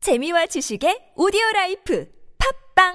재미와 지식의 오디오 라이프 팝빵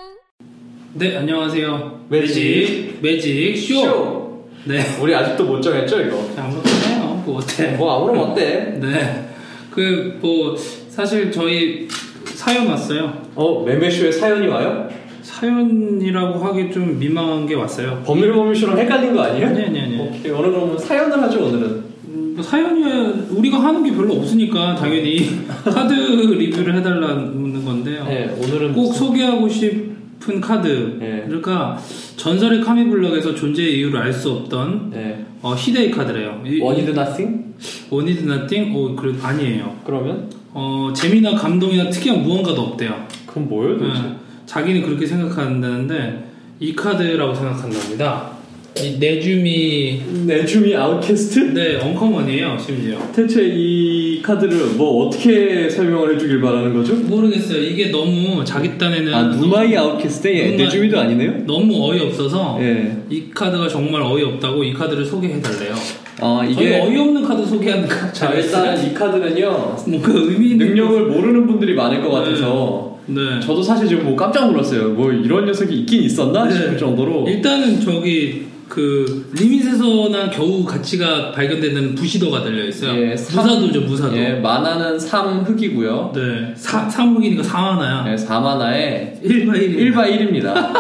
네, 안녕하세요. 매직. 매직 쇼. 쇼! 네. 우리 아직도 못 정했죠 이거? 아무것도 해요. 뭐 어때? 뭐 아무런 어때? 네. 그 뭐 사실 저희 사연 왔어요. 어 매매쇼에 사연이 와요? 사연이라고 하기 좀 민망한 게 왔어요. 법률 법률쇼랑 헷갈린 거 아니에요? 아니 아니 아니. 오케이 오늘 그러면 사연을 하죠 오늘은 음, 뭐 사연이 우리가 하는 게 별로 없으니까 당연히 카드 리뷰를 해달라는 건데요. 네 오늘은 꼭 소개하고 싶은 카드. 네. 그러니까 전설의 카미블럭에서 존재의 이유를 알 수 없던 네 어, 히데이 카드래요. 이- 원이드 나싱? 원이드 나띵? 오, 그래도 아니에요. 그러면? 어, 재미나 감동이나 특이한 무언가도 없대요. 그건 뭐예요 도대체? 네. 자기는 그렇게 생각한다는데 이 카드라고 생각한답니다. 이 내줌이 내주미 아웃캐스트? 네 엉커먼이에요 심지어. 대체 이 카드를 뭐 어떻게 설명을 해주길 바라는 거죠? 모르겠어요. 이게 너무 자기 딴에는 아 누마이 아웃캐스트? 예 누마이. 내주미도 아니네요? 너무 어이없어서 예. 이 카드가 정말 어이없다고 이 카드를 소개해달래요. 아 저희 이게 어이없는 카드 소개하는 카드. 자 일단 이 카드는요 뭔가 의미 있는 능력을 모르는 분들이 많을 것 같아서 네. 저도 사실 지금 뭐 깜짝 놀랐어요. 뭐 이런 녀석이 있긴 있었나 네. 싶을 정도로. 일단은 저기 그 리밋에서나 겨우 가치가 발견되는 부시도가 달려 있어요. 예, 삼- 무사도죠, 무사도. 예, 만화는 3흑이고요. 네. 사, 사무기니까 사하나야. 네, 4만화에 1바 1. 1바 1입니다.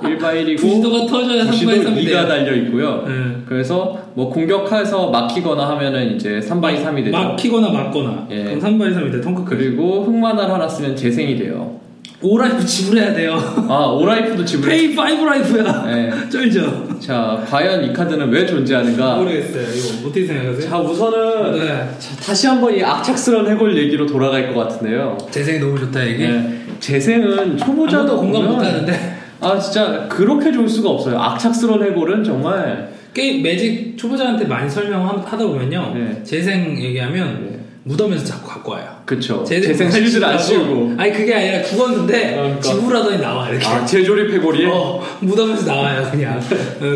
1바 1이고 부시도가 터져야 3바 9시도 3이 2가 돼요. 달려 있고요. 네. 그래서 뭐 공격해서 막히거나 하면은 이제 3바 3이 되죠. 막히거나 맞거나. 예. 그럼 3바 3이 돼. 통크크리. 그리고 흑만화를 하나 쓰면 재생이 돼요. 오라이프 지불해야 돼요. 아, 오라이프도 지불해. 페이 5라이프야. 네. 쩔죠. 자, 과연 이 카드는 왜 존재하는가? 모르겠어요. 이거 어떻게 생각하세요? 자, 우선은 네. 자, 다시 한번 이 악착스러운 해골 얘기로 돌아갈 것 같은데요. 재생이 너무 좋다, 이게. 예, 재생은 아무도 초보자도 네. 공감 보면 못 하는데. 아 진짜 그렇게 좋을 수가 없어요. 악착스러운 해골은 정말 게임 매직 초보자한테 많이 설명하다 보면요. 네. 재생 얘기하면 네. 무덤에서 자꾸 갖고 와요. 그쵸. 재생 실드를 안 지우고. 씌우고 아니 그게 아니라 죽었는데 어, 그러니까. 지구라더니 나와 이렇게. 아, 재조립 해골이 어, 무덤에서 나와요 그냥. 어,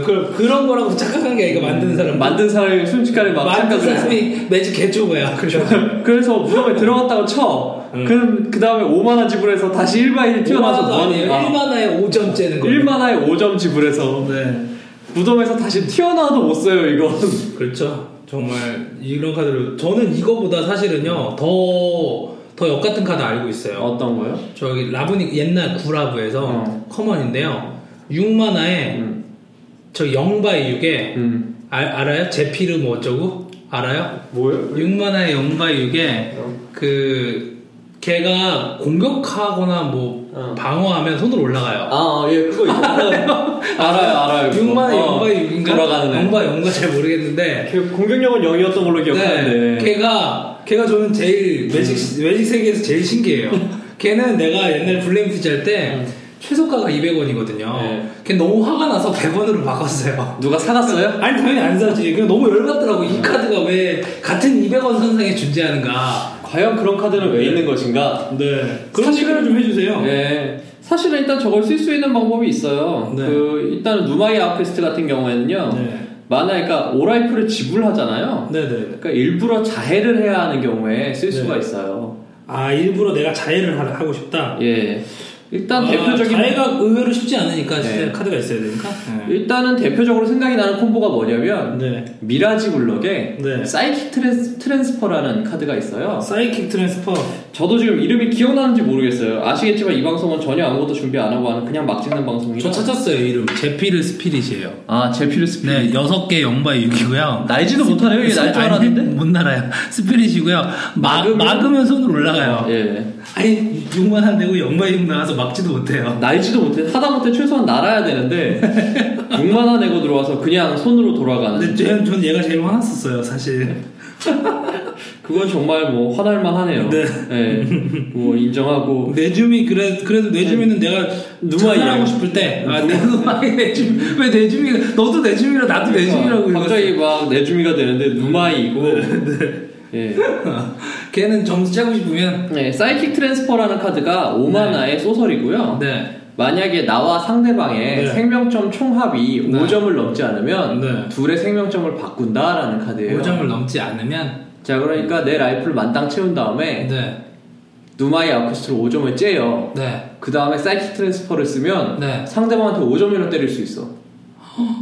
그, 그런 거라고 착각한 게 아니고 만든 사람. 만든 사람이 순식간에 음, 막 만든 착각을 그렇죠. 해서 사람이 매직 개쪼거야. 그래서 그래서 무덤에 들어갔다고 쳐. 음. 그럼 그 다음에 5만 원 지불해서 다시 1바 1 튀어나와서 뭐 하는 아니에요. 거야? 1만화에 5점 째는 거. 1만 화에 5점 지불해서 네. 무덤에서 다시 튀어나와도 못 써요 이건. 그렇죠. 정말 이런 카드를 저는 이거보다 사실은요 더더 역 같은 카드 알고 있어요. 어떤 거요? 저기 라브닉 옛날 구라브에서 어. 커먼인데요. 6만화에 음. 저 0바이 6에 음. 알아요? 제피르 뭐 어쩌고 알아요? 뭐요? 6만화에 0바이 6에 어. 그 걔가 공격하거나 뭐 어. 방어하면 손으로 올라가요. 아, 예, 그거 있죠. 알아요, 알아요. 그거. 6만화에 어, 0바이 6인가? 돌아가는 애. 0바이 6인가 잘 모르겠는데 걔 공격력은 0이었던 걸로 기억하는데. 네. 걔가 걔가 저는 제일 매직 매직 세계에서 제일 신기해요. 걔는 내가 옛날 블랙피지 할 때 음. 최소가가 200원이거든요. 네. 걔 너무 화가 나서 100원으로 바꿨어요. 누가 사갔어요? 아니 당연히 안 사지. 그냥 너무 열받더라고. 이 카드가 왜 같은 200원 선상에 존재하는가. 과연 그런 카드는 왜 있는 것인가? 네. 그런 사실은- 시간을 좀 해주세요. 네. 사실은 일단 저걸 쓸 수 있는 방법이 있어요. 네. 그 일단 누마이 아웃캐스트 같은 경우에는요. 네. 만화 그러니까 오라이프를 지불하잖아요. 네네. 그러니까 일부러 자해를 해야 하는 경우에 쓸 네. 수가 있어요. 아 일부러 내가 자해를 하- 하고 싶다. 예. 일단 아, 대표적인 자해가 의외로 쉽지 않으니까 네. 진짜 카드가 있어야 되니까. 일단은 대표적으로 생각이 나는 콤보가 뭐냐면 네. 미라지 블럭에 네. 사이킥 트랜스, 트랜스퍼라는 카드가 있어요. 사이킥 트랜스퍼. 저도 지금 이름이 기억나는지 모르겠어요. 아시겠지만 이 방송은 전혀 아무것도 준비 안 하고 하는 그냥 막 찍는 저 방송이라. 찾았어요 이름. 제피르 스피릿이에요. 아, 제피르 스피. 네, 6개 0바이 6이고요. 날지도 못하네요. 이게 날줄 알았는데. 못 날아요. 스피릿이고요. 네. 막, 막으면- 막으면 손으로 올라가요. 예. 아니, 6만 안 되고 0바이 6 나가서 막지도 못해요. 날지도 못해. 하다못해 최소한 날아야 되는데 6만 원 내고 들어와서 그냥 손으로 돌아가는. 근데 쟤- 전 얘가 제일 화났었어요, 사실. 그건 정말 뭐 화날만 하네요. 네. 예. 뭐 인정하고 내줌이, 그래, 그래도 내줌이는 내가 누가 자살하고 이래요? 네. 싶을 때. 아, 누가 내줌이, 왜 내줌이가, 너도 내줌이라 나도 내줌이라고 네. 그러니까 갑자기 읽었어. 막 내주미가 되는데 누마이고. 예. 걔는 점수 짜고 싶으면. 네, 사이킥 트랜스퍼라는 카드가 5만화의 소설이고요. 네. 만약에 나와 상대방의 네. 생명점 총합이 네. 5점을 넘지 않으면 네. 둘의 생명점을 바꾼다라는 카드예요. 5점을 넘지 않으면. 자 그러니까 내 라이프를 만땅 채운 다음에 네. 누마이 아쿠스트로 5점을 째요. 네. 그 다음에 사이트 트랜스퍼를 쓰면 네. 상대방한테 5점이로 때릴 수 있어.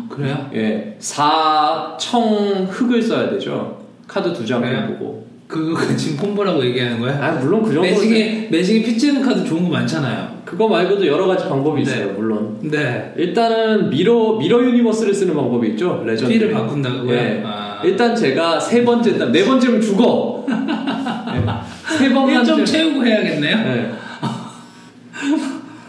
그래요? 예. 4청 흙을 써야 되죠. 카드 두 장을 그래요? 보고. 그거 그 지금 콤보라고 얘기하는 거야? 아, 물론 그 정도는. 매직에 매직에 피치는 카드 좋은 거 많잖아요. 그거 말고도 여러 가지 방법이 있어요, 물론. 네. 일단은 미러, 미러 유니버스를 쓰는 방법이 있죠. 레전드. 피를 바꾼다고요? 예. 아. 일단 제가 세 번째, 땀- 네 번째면 죽어. 예. 세 번만. 일점 채우고 해야겠네요. 예.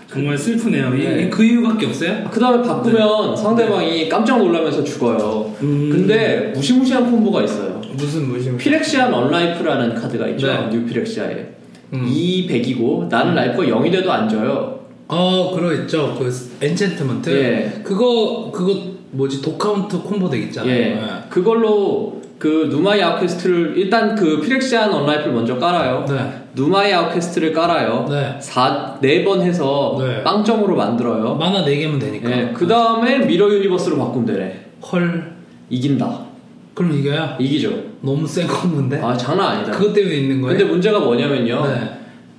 정말 슬프네요. 이- 네. 이, 그 이유밖에 없어요? 그 다음에 바꾸면 상대방이 깜짝 놀라면서 죽어요. 네. 음. 근데 무시무시한 콤보가 있어요. 무슨 무심? 피렉시안 언라이프라는 카드가 있죠. 네. 뉴피렉시아에. 음. 이 100이고 나는 라이프가 0이 돼도 안 져요. 어, 그거 있죠. 그 엔첸트먼트. 예. 그거 그거 뭐지 도카운트 콤보 덱 있잖아요. 네. 예. 그걸로 그 누마이 아케스트를 일단 그 피렉시안 언라이프를 먼저 깔아요. 네. 누마이 아케스트를 깔아요. 네. 4, 4번 해서 네. 그러니까. 빵점으로 만들어요. 만화 4 개면 되니까. 네. 예. 그 다음에 미러 유니버스로 바꾸면 되네. 헐. 이긴다. 그럼 이거야? 이기죠. 너무 센 콤보인데. 아, 장난 아니다. 그것 때문에 있는 거예요? 근데 문제가 뭐냐면요. 네.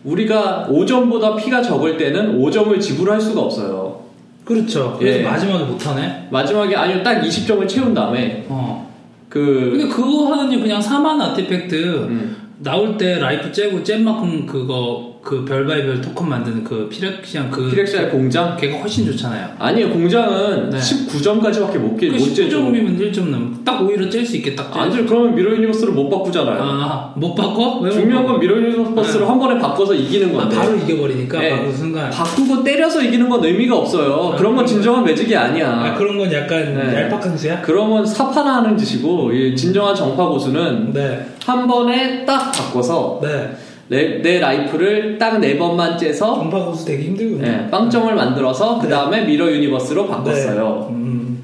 우리가 5점보다 피가 적을 때는 5점을 지불할 수가 없어요. 그렇죠. 그래서 예. 마지막에 못 하네. 마지막에 아니면 딱 20점을 채운 다음에 어. 그 근데 그거 하느니 그냥 4만 아티팩트 음, 나올 때 라이프 째고 잼만큼 그거 그 별바이별 토큰 만드는 그 피렉시안 그 피렉시아의 공장 걔가 훨씬 좋잖아요. 아니에요 공장은 네. 19점까지밖에 못 그 깨, 못 째죠. 19점이면 1점 넘. 딱 오히려 짤 수 있게 딱 짤. 안들 그러면 미러 유니버스로 못 바꾸잖아요. 아, 못 바꿔? 왜 어, 중요한 못 건 미러 유니버스로 한 번에 바꿔서 이기는 바꿔? 네. 아, 건데 바로 이겨버리니까 예. 바로 순간. 바꾸고 때려서 이기는 건 의미가 없어요. 아, 그런 건 그런가요? 진정한 매직이 아니야. 아, 그런 건 약간 네. 얄팍한 수야? 그런 건 사파나 하는 짓이고 이 진정한 정파 고수는 네. 한 번에 딱 바꿔서 네. 내, 내 라이프를 딱 네 번만 째서 정파 고수 되게 힘들군요. 예, 빵점을 만들어서 그 다음에 미러 유니버스로 바꿨어요. 네. 음,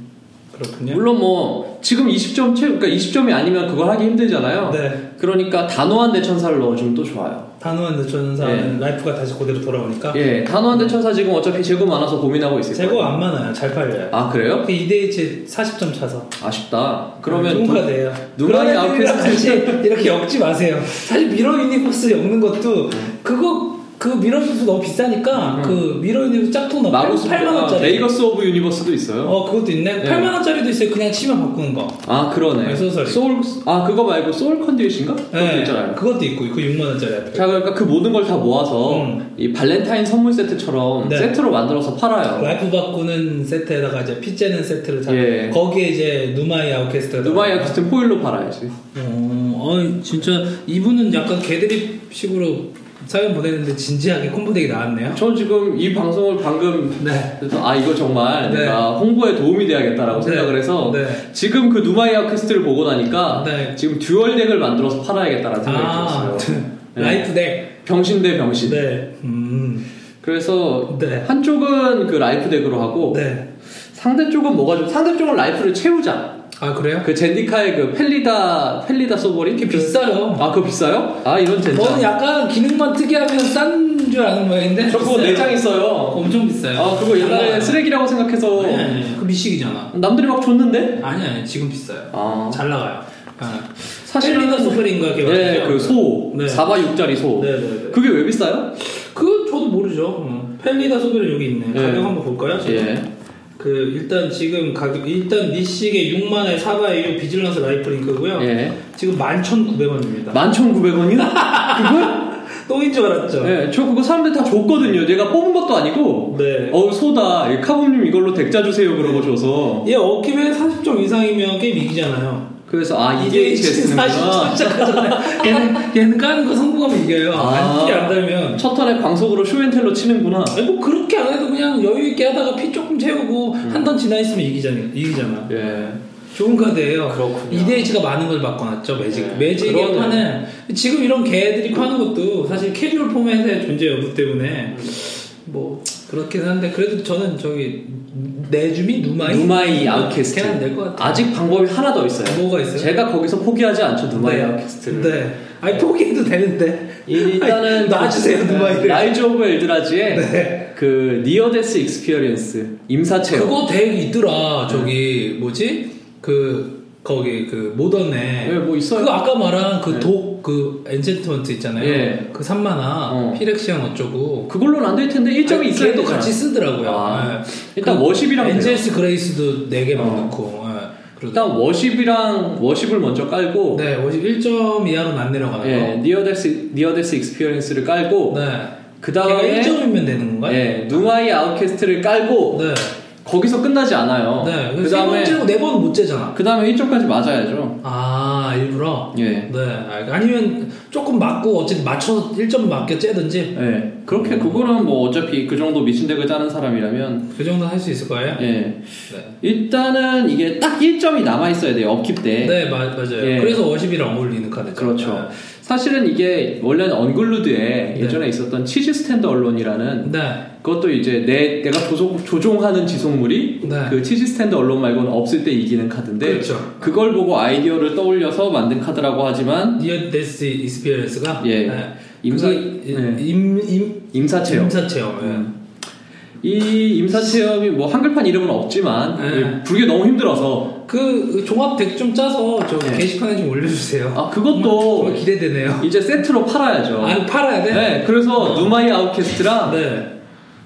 그렇군요. 물론 뭐 지금 20점 채 그러니까 20점이 아니면 그걸 하기 힘들잖아요. 네. 그러니까 단호한 대천사를 넣어주면 또 좋아요. 단호한 대천사는 라이프가 다시 그대로 돌아오니까. 네. 예, 단호한 대천사 지금 어차피 재고 많아서 고민하고 있을 거예요. 재고 안 많아요. 잘 팔려요. 아 그래요? 그 2대1 40점 차서. 아쉽다. 그러면 누가 누, 돼요. 누가 그런 앞에서 애들이랑 같이 이렇게 엮지 마세요. 사실 미러 유니버스 엮는 것도 그거 그 미러 유니버스 너무 비싸니까 그 미러 유니버스 짝퉁 넣고 음. 마고스 8만 아, 원짜리. 레이거스 오브 유니버스도 있어요. 어 그것도 있네. 네. 8만 원짜리도 있어요. 그냥 치면 바꾸는 거. 아 그러네. 네, 소설이. 네. 소울 아 그거 말고 소울 컨디션인가? 그것도 있잖아요. 그것도 있고 그 6만 원짜리 같은 거. 자 그러니까 그 모든 걸 다 모아서 음. 이 발렌타인 선물 세트처럼 네. 세트로 만들어서 팔아요. 라이프 그 바꾸는 세트에다가 이제 피제는 세트를 잡고 예. 거기에 이제 누마이 아우케스트가 누마이 아쿠스틴 포일로 팔아야지. 어, 어, 진짜 이분은 약간 개드립식으로 사연 보내는데 진지하게 콤보덱이 나왔네요. 전 지금 이 방송을 방금 네. 그래서 아 이거 정말 네. 내가 홍보에 도움이 돼야겠다라고 네. 생각을 해서 네. 지금 그 누마이 아쿠스트를 보고 나니까 네. 지금 듀얼 덱을 만들어서 팔아야겠다라는 생각이 들었어요. 네. 라이프 덱. 병신 대 병신. 네. 음. 그래서 네. 한쪽은 그 라이프 덱으로 하고 네. 상대 쪽은 뭐가 좀 상대 쪽은 라이프를 채우자. 아 그래요? 그 젠디카의 그 펠리다 펠리다 소보리 이게 그- 비싸요. 아 그거 비싸요? 아 이런 젠장. 저는 약간 기능만 특이하면 싼 줄 아는 모양인데. 저 그거 비싸요. 네. 내장 있어요. 엄청 비싸요. 아 그거 옛날에 장난 쓰레기라고 생각해서 아니야. 아니 아니 그 미식이잖아. 남들이 막 줬는데. 아니 아니 지금 비싸요. 아 잘 나가요. 아. 사실은- 펠리더 소프린가 걔 네, 맞죠? 그소 네. 4바 6짜리 소. 네네네. 그게 왜 비싸요? 그 저도 모르죠. 어. 펠리다 소비를 여기 있네. 네. 가격 한번 볼까요? 지금? 예. 그 일단 지금 가격 일단 니식의 6만에 4바에 6 비질런스 라이프링크고요. 예. 지금 11,900원입니다. 11,900원이요? 똥인 줄 알았죠. 예. 저 그거 사람들 다 줬거든요. 내가 뽑은 것도 아니고. 네. 어우 소다. 이 카본님 이걸로 덱짜 주세요 그러고 줘서. 얘 예, 어깨면 40점 이상이면 게임 이기잖아요. 그래서 아 이게 이게 제스는구나. 40점짜리잖아요. 얘는, 얘는 까는 거 성공하면 이겨요. 아. 안티안 달면. 첫 턴에 광속으로 쇼앤텔로 치는구나. 아니, 뭐 그렇게 안 해도 그냥 여유 있게 하다가 피 조금 채우고 음. 한 턴 지나 있으면 이기잖아. 이기잖아. 예. 좋은 카드예요. 그렇군요. EDH가 많은 걸 바꿔놨죠 매직. 네, 매직의 그러네. 파는 지금 이런 개들이 파는 것도 사실 캐주얼 포맷의 존재 여부 때문에 음. 뭐 그렇긴 한데 그래도 저는 저기 내주미 누마이 누마이 아케스트. 걔는 될것 같아요. 아직 방법이 하나 더 있어요. 뭐가 있어요? 제가 거기서 포기하지 않죠 누마이 아케스트를. 네. 아니 포기해도 되는데 일단은 네. 그 놔주세요 누마이를. 라이즈 오브 엘드라지의 네. 그 니어데스 익스피리언스 임사체험. 그거 덱 있더라 저기 뭐지 그 거기 그 모던에 예, 뭐 있어요. 그 아까 말한 네. 그 독 그 엔젠트먼트 있잖아요. 예. 그 3만화 어. 피렉시안 어쩌고 그걸로는 안 될 텐데 1점이 아니, 있어야 걔도 되잖아. 같이 쓰더라고요. 아. 예. 일단 워십이랑 돼요. 엔젤스 그레이스도 4개만 어. 넣고 예. 그러다 일단 워십이랑 워십을 먼저 깔고 네, 51점 이하로는 안 내려가요. 예, 니어데스 니어데스 익스피리언스를 깔고 네. 그다음에 걔가 1점이면 되는 건가요? 예, 누마이 아웃캐스트를 깔고 네. 거기서 끝나지 않아요. 네. 그세 그다음에 번째고 네 번은 못 재잖아. 그다음에 1점까지 맞아야죠. 아, 일부러? 예. 네. 알- 아니면 조금 맞고 어쨌든 맞춰서 1점 맞게 째든지 예. 그렇게 그거는 뭐 어차피 그 정도 미친 덱을 짜는 사람이라면 그 정도 할 수 있을 거예요? 예. 네. 일단은 이게 딱 1점이 남아 있어야 돼요. 업킵 때. 네, 마- 맞아요. 예. 그래서 워십이랑 어울리는 카드죠. 그렇죠. 사실은 이게 원래는 언글루드에 네. 예전에 있었던 치즈 스탠드 언론이라는 네. 그것도 이제 내 내가 조종, 조종하는 지속물이 네. 그 치즈 스탠드 언론 말고는 없을 때 이기는 카드인데 그렇죠. 걸 보고 아이디어를 떠올려서 만든 카드라고 하지만 니어 데스 이스피어스가 네. 예. 임사- 예. 임임 임사체험 음. 네. 임사체험. 예. 이 임사체험이 뭐 한글판 이름은 없지만 네. 예, 부르기 너무 힘들어서 그 종합 덱 좀 짜서 저 예. 게시판에 좀 올려주세요. 아, 그것도- 정말, 정말 기대되네요. 이제 세트로 팔아야죠. 아 팔아야 돼? 네, 그렇죠. 그래서 누마이 아웃캐스트랑 네.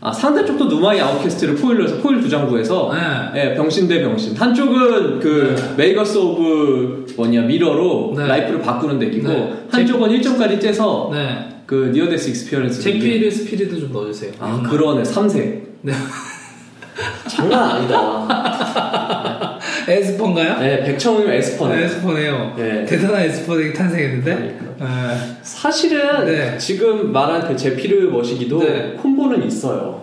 아, 상대쪽도 누마이 아웃캐스트를 포일로 해서 포일 두 장 구해서 네. 예, 병신 대 병신. 한쪽은 그 메이거스 오브 뭐냐 미러로 네. 라이프를 바꾸는 덱이고 네. 한쪽은 1점까지 째서 네. 그 니어데스 익스피리언스. 제피를 스피리도 좀 넣어주세요. 아 그러네 3색. 네. 장난 아니다. 에스퍼인가요? 네, 백청이면 에스퍼네. 에스퍼네요. 네. 대단한 에스퍼덱이 탄생했는데. 예. 사실은 네. 지금 말한 그 제피르 머시기도 네. 콤보는 있어요.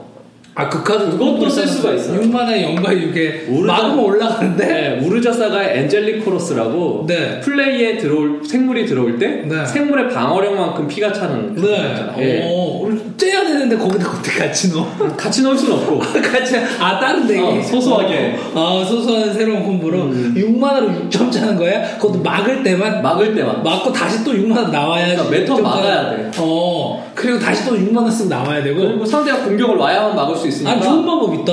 아, 그 카드 그것도 쓸 수가 있어요. 6만에 0과 6에 오르다- 마구 올라가는데? 네, 우르자사가의 엔젤리코러스라고 네. 플레이에 들어올 생물이 들어올 때 네. 생물의 방어력만큼 피가 차는 네. 그런 거잖아요. 예. 어, 째야 되는데 거기다 어떻게 같이 넣어? 같이 넣을 순 없고 같이, 아, 다른 데 어, 소소하게. 아, 소소한 새로운 콤보로 6만으로 6점 차는 거야? 그것도 음. 막을 때만? 막을 때만 맞고 다시 또 6만원 나와야지 그러니까 그러니까 매턴 좀 막아야 더- 어 그리고 다시 또 6만원 쓰고 나와야 되고 그리고 상대가 공격을 와야만 막을 수 있으니까 아 좋은 방법 있다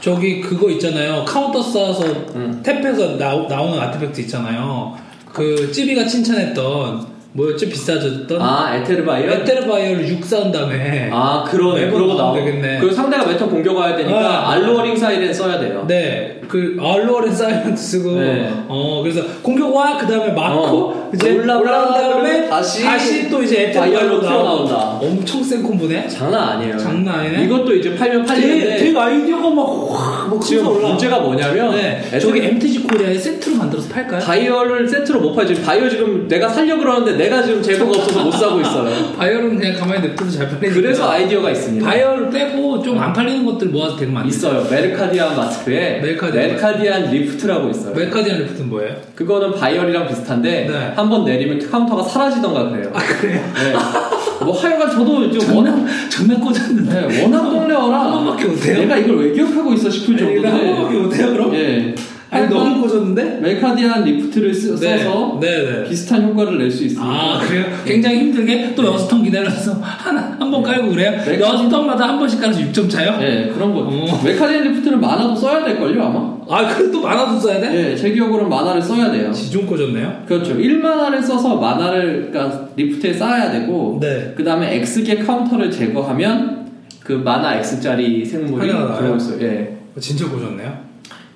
저기 그거 있잖아요 카운터 쏴서 음. 탭해서 나, 나오는 아티팩트 있잖아요 그 찌비가 칭찬했던 뭐였지 비싸졌던 아 에테르바이어 에테르바이어를 6 사온 다음에 아 그러네 매번 그러고 나오 되겠네. 그리고 상대가 매턴 공격와야 되니까 아. 알로어링 사이렌 써야 돼요 네, 그 알로어렌 사이먼트 쓰고, 네. 어 그래서 공격 와그 다음에 맞고 어, 이제 올라가- 올라온 다음에 그러면 다시, 다시- 또 이제 에테르바이어로 바이얼로 나온다. 튀어나온다. 엄청 센 콤보네. 장난 아니에요 장난 아니네. 네. 이것도 이제 팔면 되게, 팔리는데 되게 아이디어가 막확 지금 문제가 뭐냐면 네. 에테르- 저기 MTG 코리아에 세트로 만들어서 팔까요? 바이어를 세트로 못 팔지 바이어 지금 내가 살려 그러는데 내가 지금 재고가 없어서 못 사고 있어요 바이얼은 그냥 가만히 냅둬도 잘 팔리니까. 그래서 아이디어가 있습니다 바이얼을 빼고 좀 안 팔리는 것들 모아서 되게 많이 있어. 있어요 메르카디안 마스크에 메르카디안 메르카디안 리프트라고 있어요 메카디안 리프트는 뭐예요? 그거는 바이얼이랑 비슷한데 네. 한 번 내리면 카운터가 사라지던가 그래요 아 그래요? 네. 뭐 하여간 저도 이제 워낙 전면 꽂았는데. 네, 워낙 동네어라 한 번밖에 못해요? 내가 이걸 왜 기억하고 있어 싶을 아니, 이거 한 정도인데 번밖에 못해요 그럼? 예. 그 아니 너무 꽂았는데? 멜카디안 리프트를 쓰, 네. 써서 네네. 비슷한 효과를 낼 수 있습니다 아 그래요? 굉장히 힘든 게 또 여섯 턴 기다려서 하나 한 번 깔고 그래요? 네. 여섯 턴마다 한 번씩 깔아서 6점 차요? 예, 그런 거 어. 멜카디안 리프트는 만화도 써야 될걸요 아마 아 그래 또 만화도 써야 돼? 예, 제 기억으로는 만화를 써야 돼요 지종 꽂았네요. 그렇죠 1만화를 써서 만화를 그러니까 리프트에 쌓아야 되고 네. 그 다음에 X개 카운터를 제거하면 그 만화 X짜리 생물이 하나 나와요? 들어오고 있어요 예. 진짜 꽂았네요.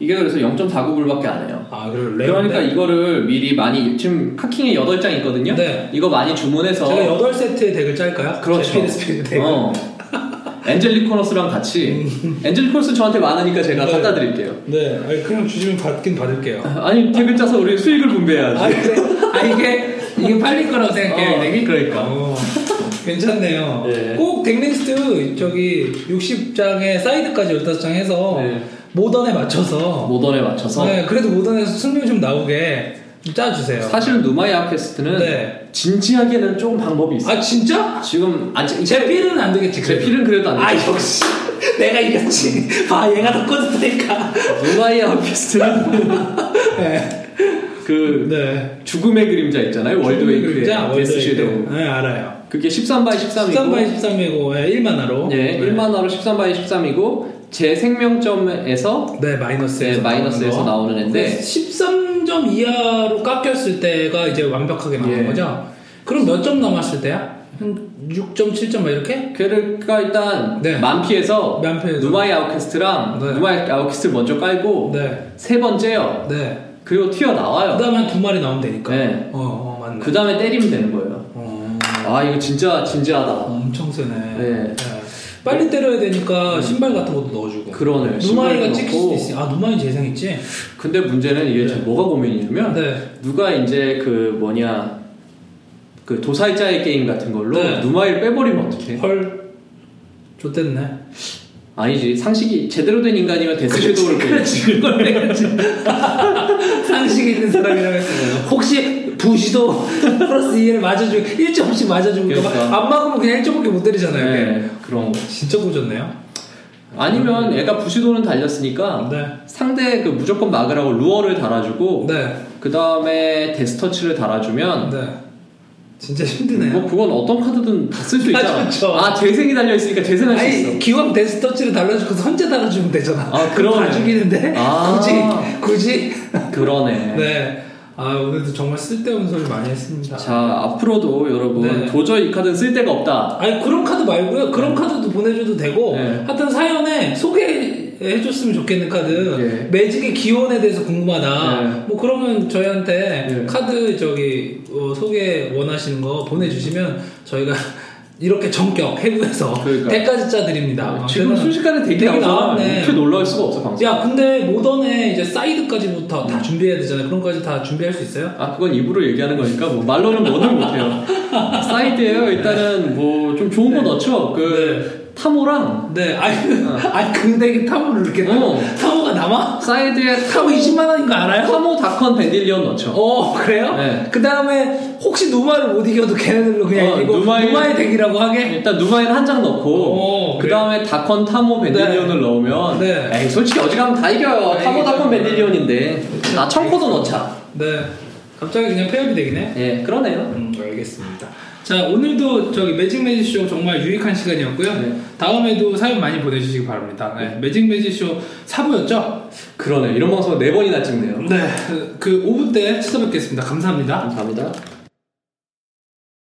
이게 그래서 0.4구불밖에 안 해요 아 그래 그러니까 이거를 미리 많이 지금 카킹에 8장 있거든요. 네. 이거 많이 주문해서 제가 8 세트의 덱을 짤까요? 어. 그렇죠. 스피드 스피드 덱. 을 어. 엔젤리코너스랑 같이 엔젤리코너스 저한테 많으니까 제가 음. 네. 갖다 드릴게요. 네, 아니, 그냥 주시면 받긴 받을게요. 아니 덱을 짜서 우리 수익을 분배해야지. 아, 그래. 아 이게 이게 팔릴 거라고 생각해요. 이 어, 덱이? 그러니까. 어, 괜찮네요. 네. 꼭 덱리스트 저기 60장에 사이드까지 15장 해서 네. 모던에 맞춰서 모던에 맞춰서 네, 그래도 모던에서 승률 좀 나오게 좀 짜주세요. 사실 누마이 아캐스트는 네. 진지하게는 조금 방법이 있어요. 아 진짜? 지금 안 제, 제 필은 안 되겠지. 제 필은 그래도 안 아 되죠. 역시 내가 이겼지. 봐 얘가 더 어. 꽂으니까. 누마이 아캐스트는 네. 그 네. 죽음의 그림자 있잖아요. 월드웨이크의 데스 월드웨이크. 섀도우. 네 알아요. 그게 13바이 13이고 13바이 13이고 1만화로. 예, 1만화로 13바이 13이고 제 생명점에서 네 마이너스에서 네, 마이너스에서 나오는 나오는 앤데 13점 3점 이하로 깎였을 때가 이제 완벽하게 나오는 예. 거죠. 그럼 몇 점 남았을 때야? 한 6점, 7점 막 이렇게? 그러니까 일단 네. 만피에서 만피에서. 누마이 아우케스트랑 네. 누마이 아우케스트를 먼저 깔고 네. 세 번째요. 네. 그리고 튀어나와요. 그다음에 한 두 마리 나오면 되니까. 네. 어, 어 맞네. 그 다음에 때리면 되는 거예요. 어, 아 이거 진짜 진지하다. 엄청 세네. 네. 빨리 때려야 되니까 신발 같은 것도 넣어주고. 그러네. 누마이가 신발도 찍힐 수도 넣고. 있어. 아, 누마이 재생 있지? 근데 문제는 이게 지금 뭐가 고민이냐면 네. 누가 이제 그 뭐냐 그 도살자의 게임 같은 걸로 네. 누마이를 빼버리면 어떡해? 헐. 좋댔네. 아니지 상식이 제대로 된 인간이면 데스섀도우를 빼야지. 그걸 해야지. 상식 있는 사람이라고 했어요. 혹시 부시도 플러스 2를 맞아주고 1점씩 맞아주고 그러니까 그러니까. 안 맞으면 그냥 1점밖에 못 때리잖아요. 네 그런 거. 진짜 고졌네요. 아니면 얘가 부시도는 달렸으니까 네. 상대 그 무조건 막으라고 루어를 달아주고 네. 그 다음에 데스터치를 달아주면 네. 진짜 힘드네요. 뭐 그건 어떤 카드든 다 쓸 수 아, 있잖아. 좋죠. 재생이 달려 있으니까 재생할 수 있어. 아니 기왕 데스터치를 달라주고 선제 달아주면 되잖아. 아, 그럼 그러네. 다 죽이는데 아. 굳이 굳이 그러네. 네. 아 오늘도 정말 쓸데없는 소리 많이 했습니다. 자 앞으로도 여러분 네. 도저히 이 카드는 쓸 데가 없다. 아니 그런 카드 말고요. 그런 카드도 보내줘도 되고 네. 하여튼 사연에 소개해줬으면 좋겠는 카드 예. 매직의 기원에 대해서 궁금하다. 네. 뭐 그러면 저희한테 예. 카드 저기 어, 소개 원하시는 거 보내주시면 저희가 이렇게 전격 해부해서 그러니까요. 네. 대까지 짜드립니다. 아, 지금 저는- 순식간에 되게 되게 나오잖아. 나왔네. 이렇게 놀라울 수가 없어 방송. 야 근데 모던에 이제 사이드까지부터 음. 다 준비해야 되잖아요. 그런 거까지 다 준비할 수 있어요? 아 그건 입으로 얘기하는 거니까 뭐 말로는 뭐든 못해요. 사이드예요. 일단은 뭐 좀 좋은 거 넣죠. 그 타모랑 네. 아니, 아니 근데 타모를 이렇게 어. 타모가 남아? 사이드에 타모 20만 원인 거 알아요? 타모 다컨 벤딜리언 넣죠. 어 그래요? 네. 그 다음에 혹시 누마를 못 이겨도 걔네들로 그냥 어, 이기고 누마의- 네. 누마의 덱이라고 하게? 일단 누마인 한 장 넣고 오, 그 다음에 다컨 타모 벤딜리온을 넣으면 네. 에이, 솔직히 어지간하면 다 이겨요. 네, 타모 이겨요. 다컨 벤딜리온인데 나 청코도 넣자. 네 갑자기 그냥 폐업이 되기네 예 그러네요. 음 알겠습니다 자 오늘도 저기 매직 매직쇼 정말 유익한 시간이었고요 네. 다음에도 사연 많이 보내주시기 바랍니다 네, 매직 매직쇼 4부였죠? 그러네 이런 방송 네 번이나 찍네요. 네그 5부 때 찾아뵙겠습니다 감사합니다 감사합니다.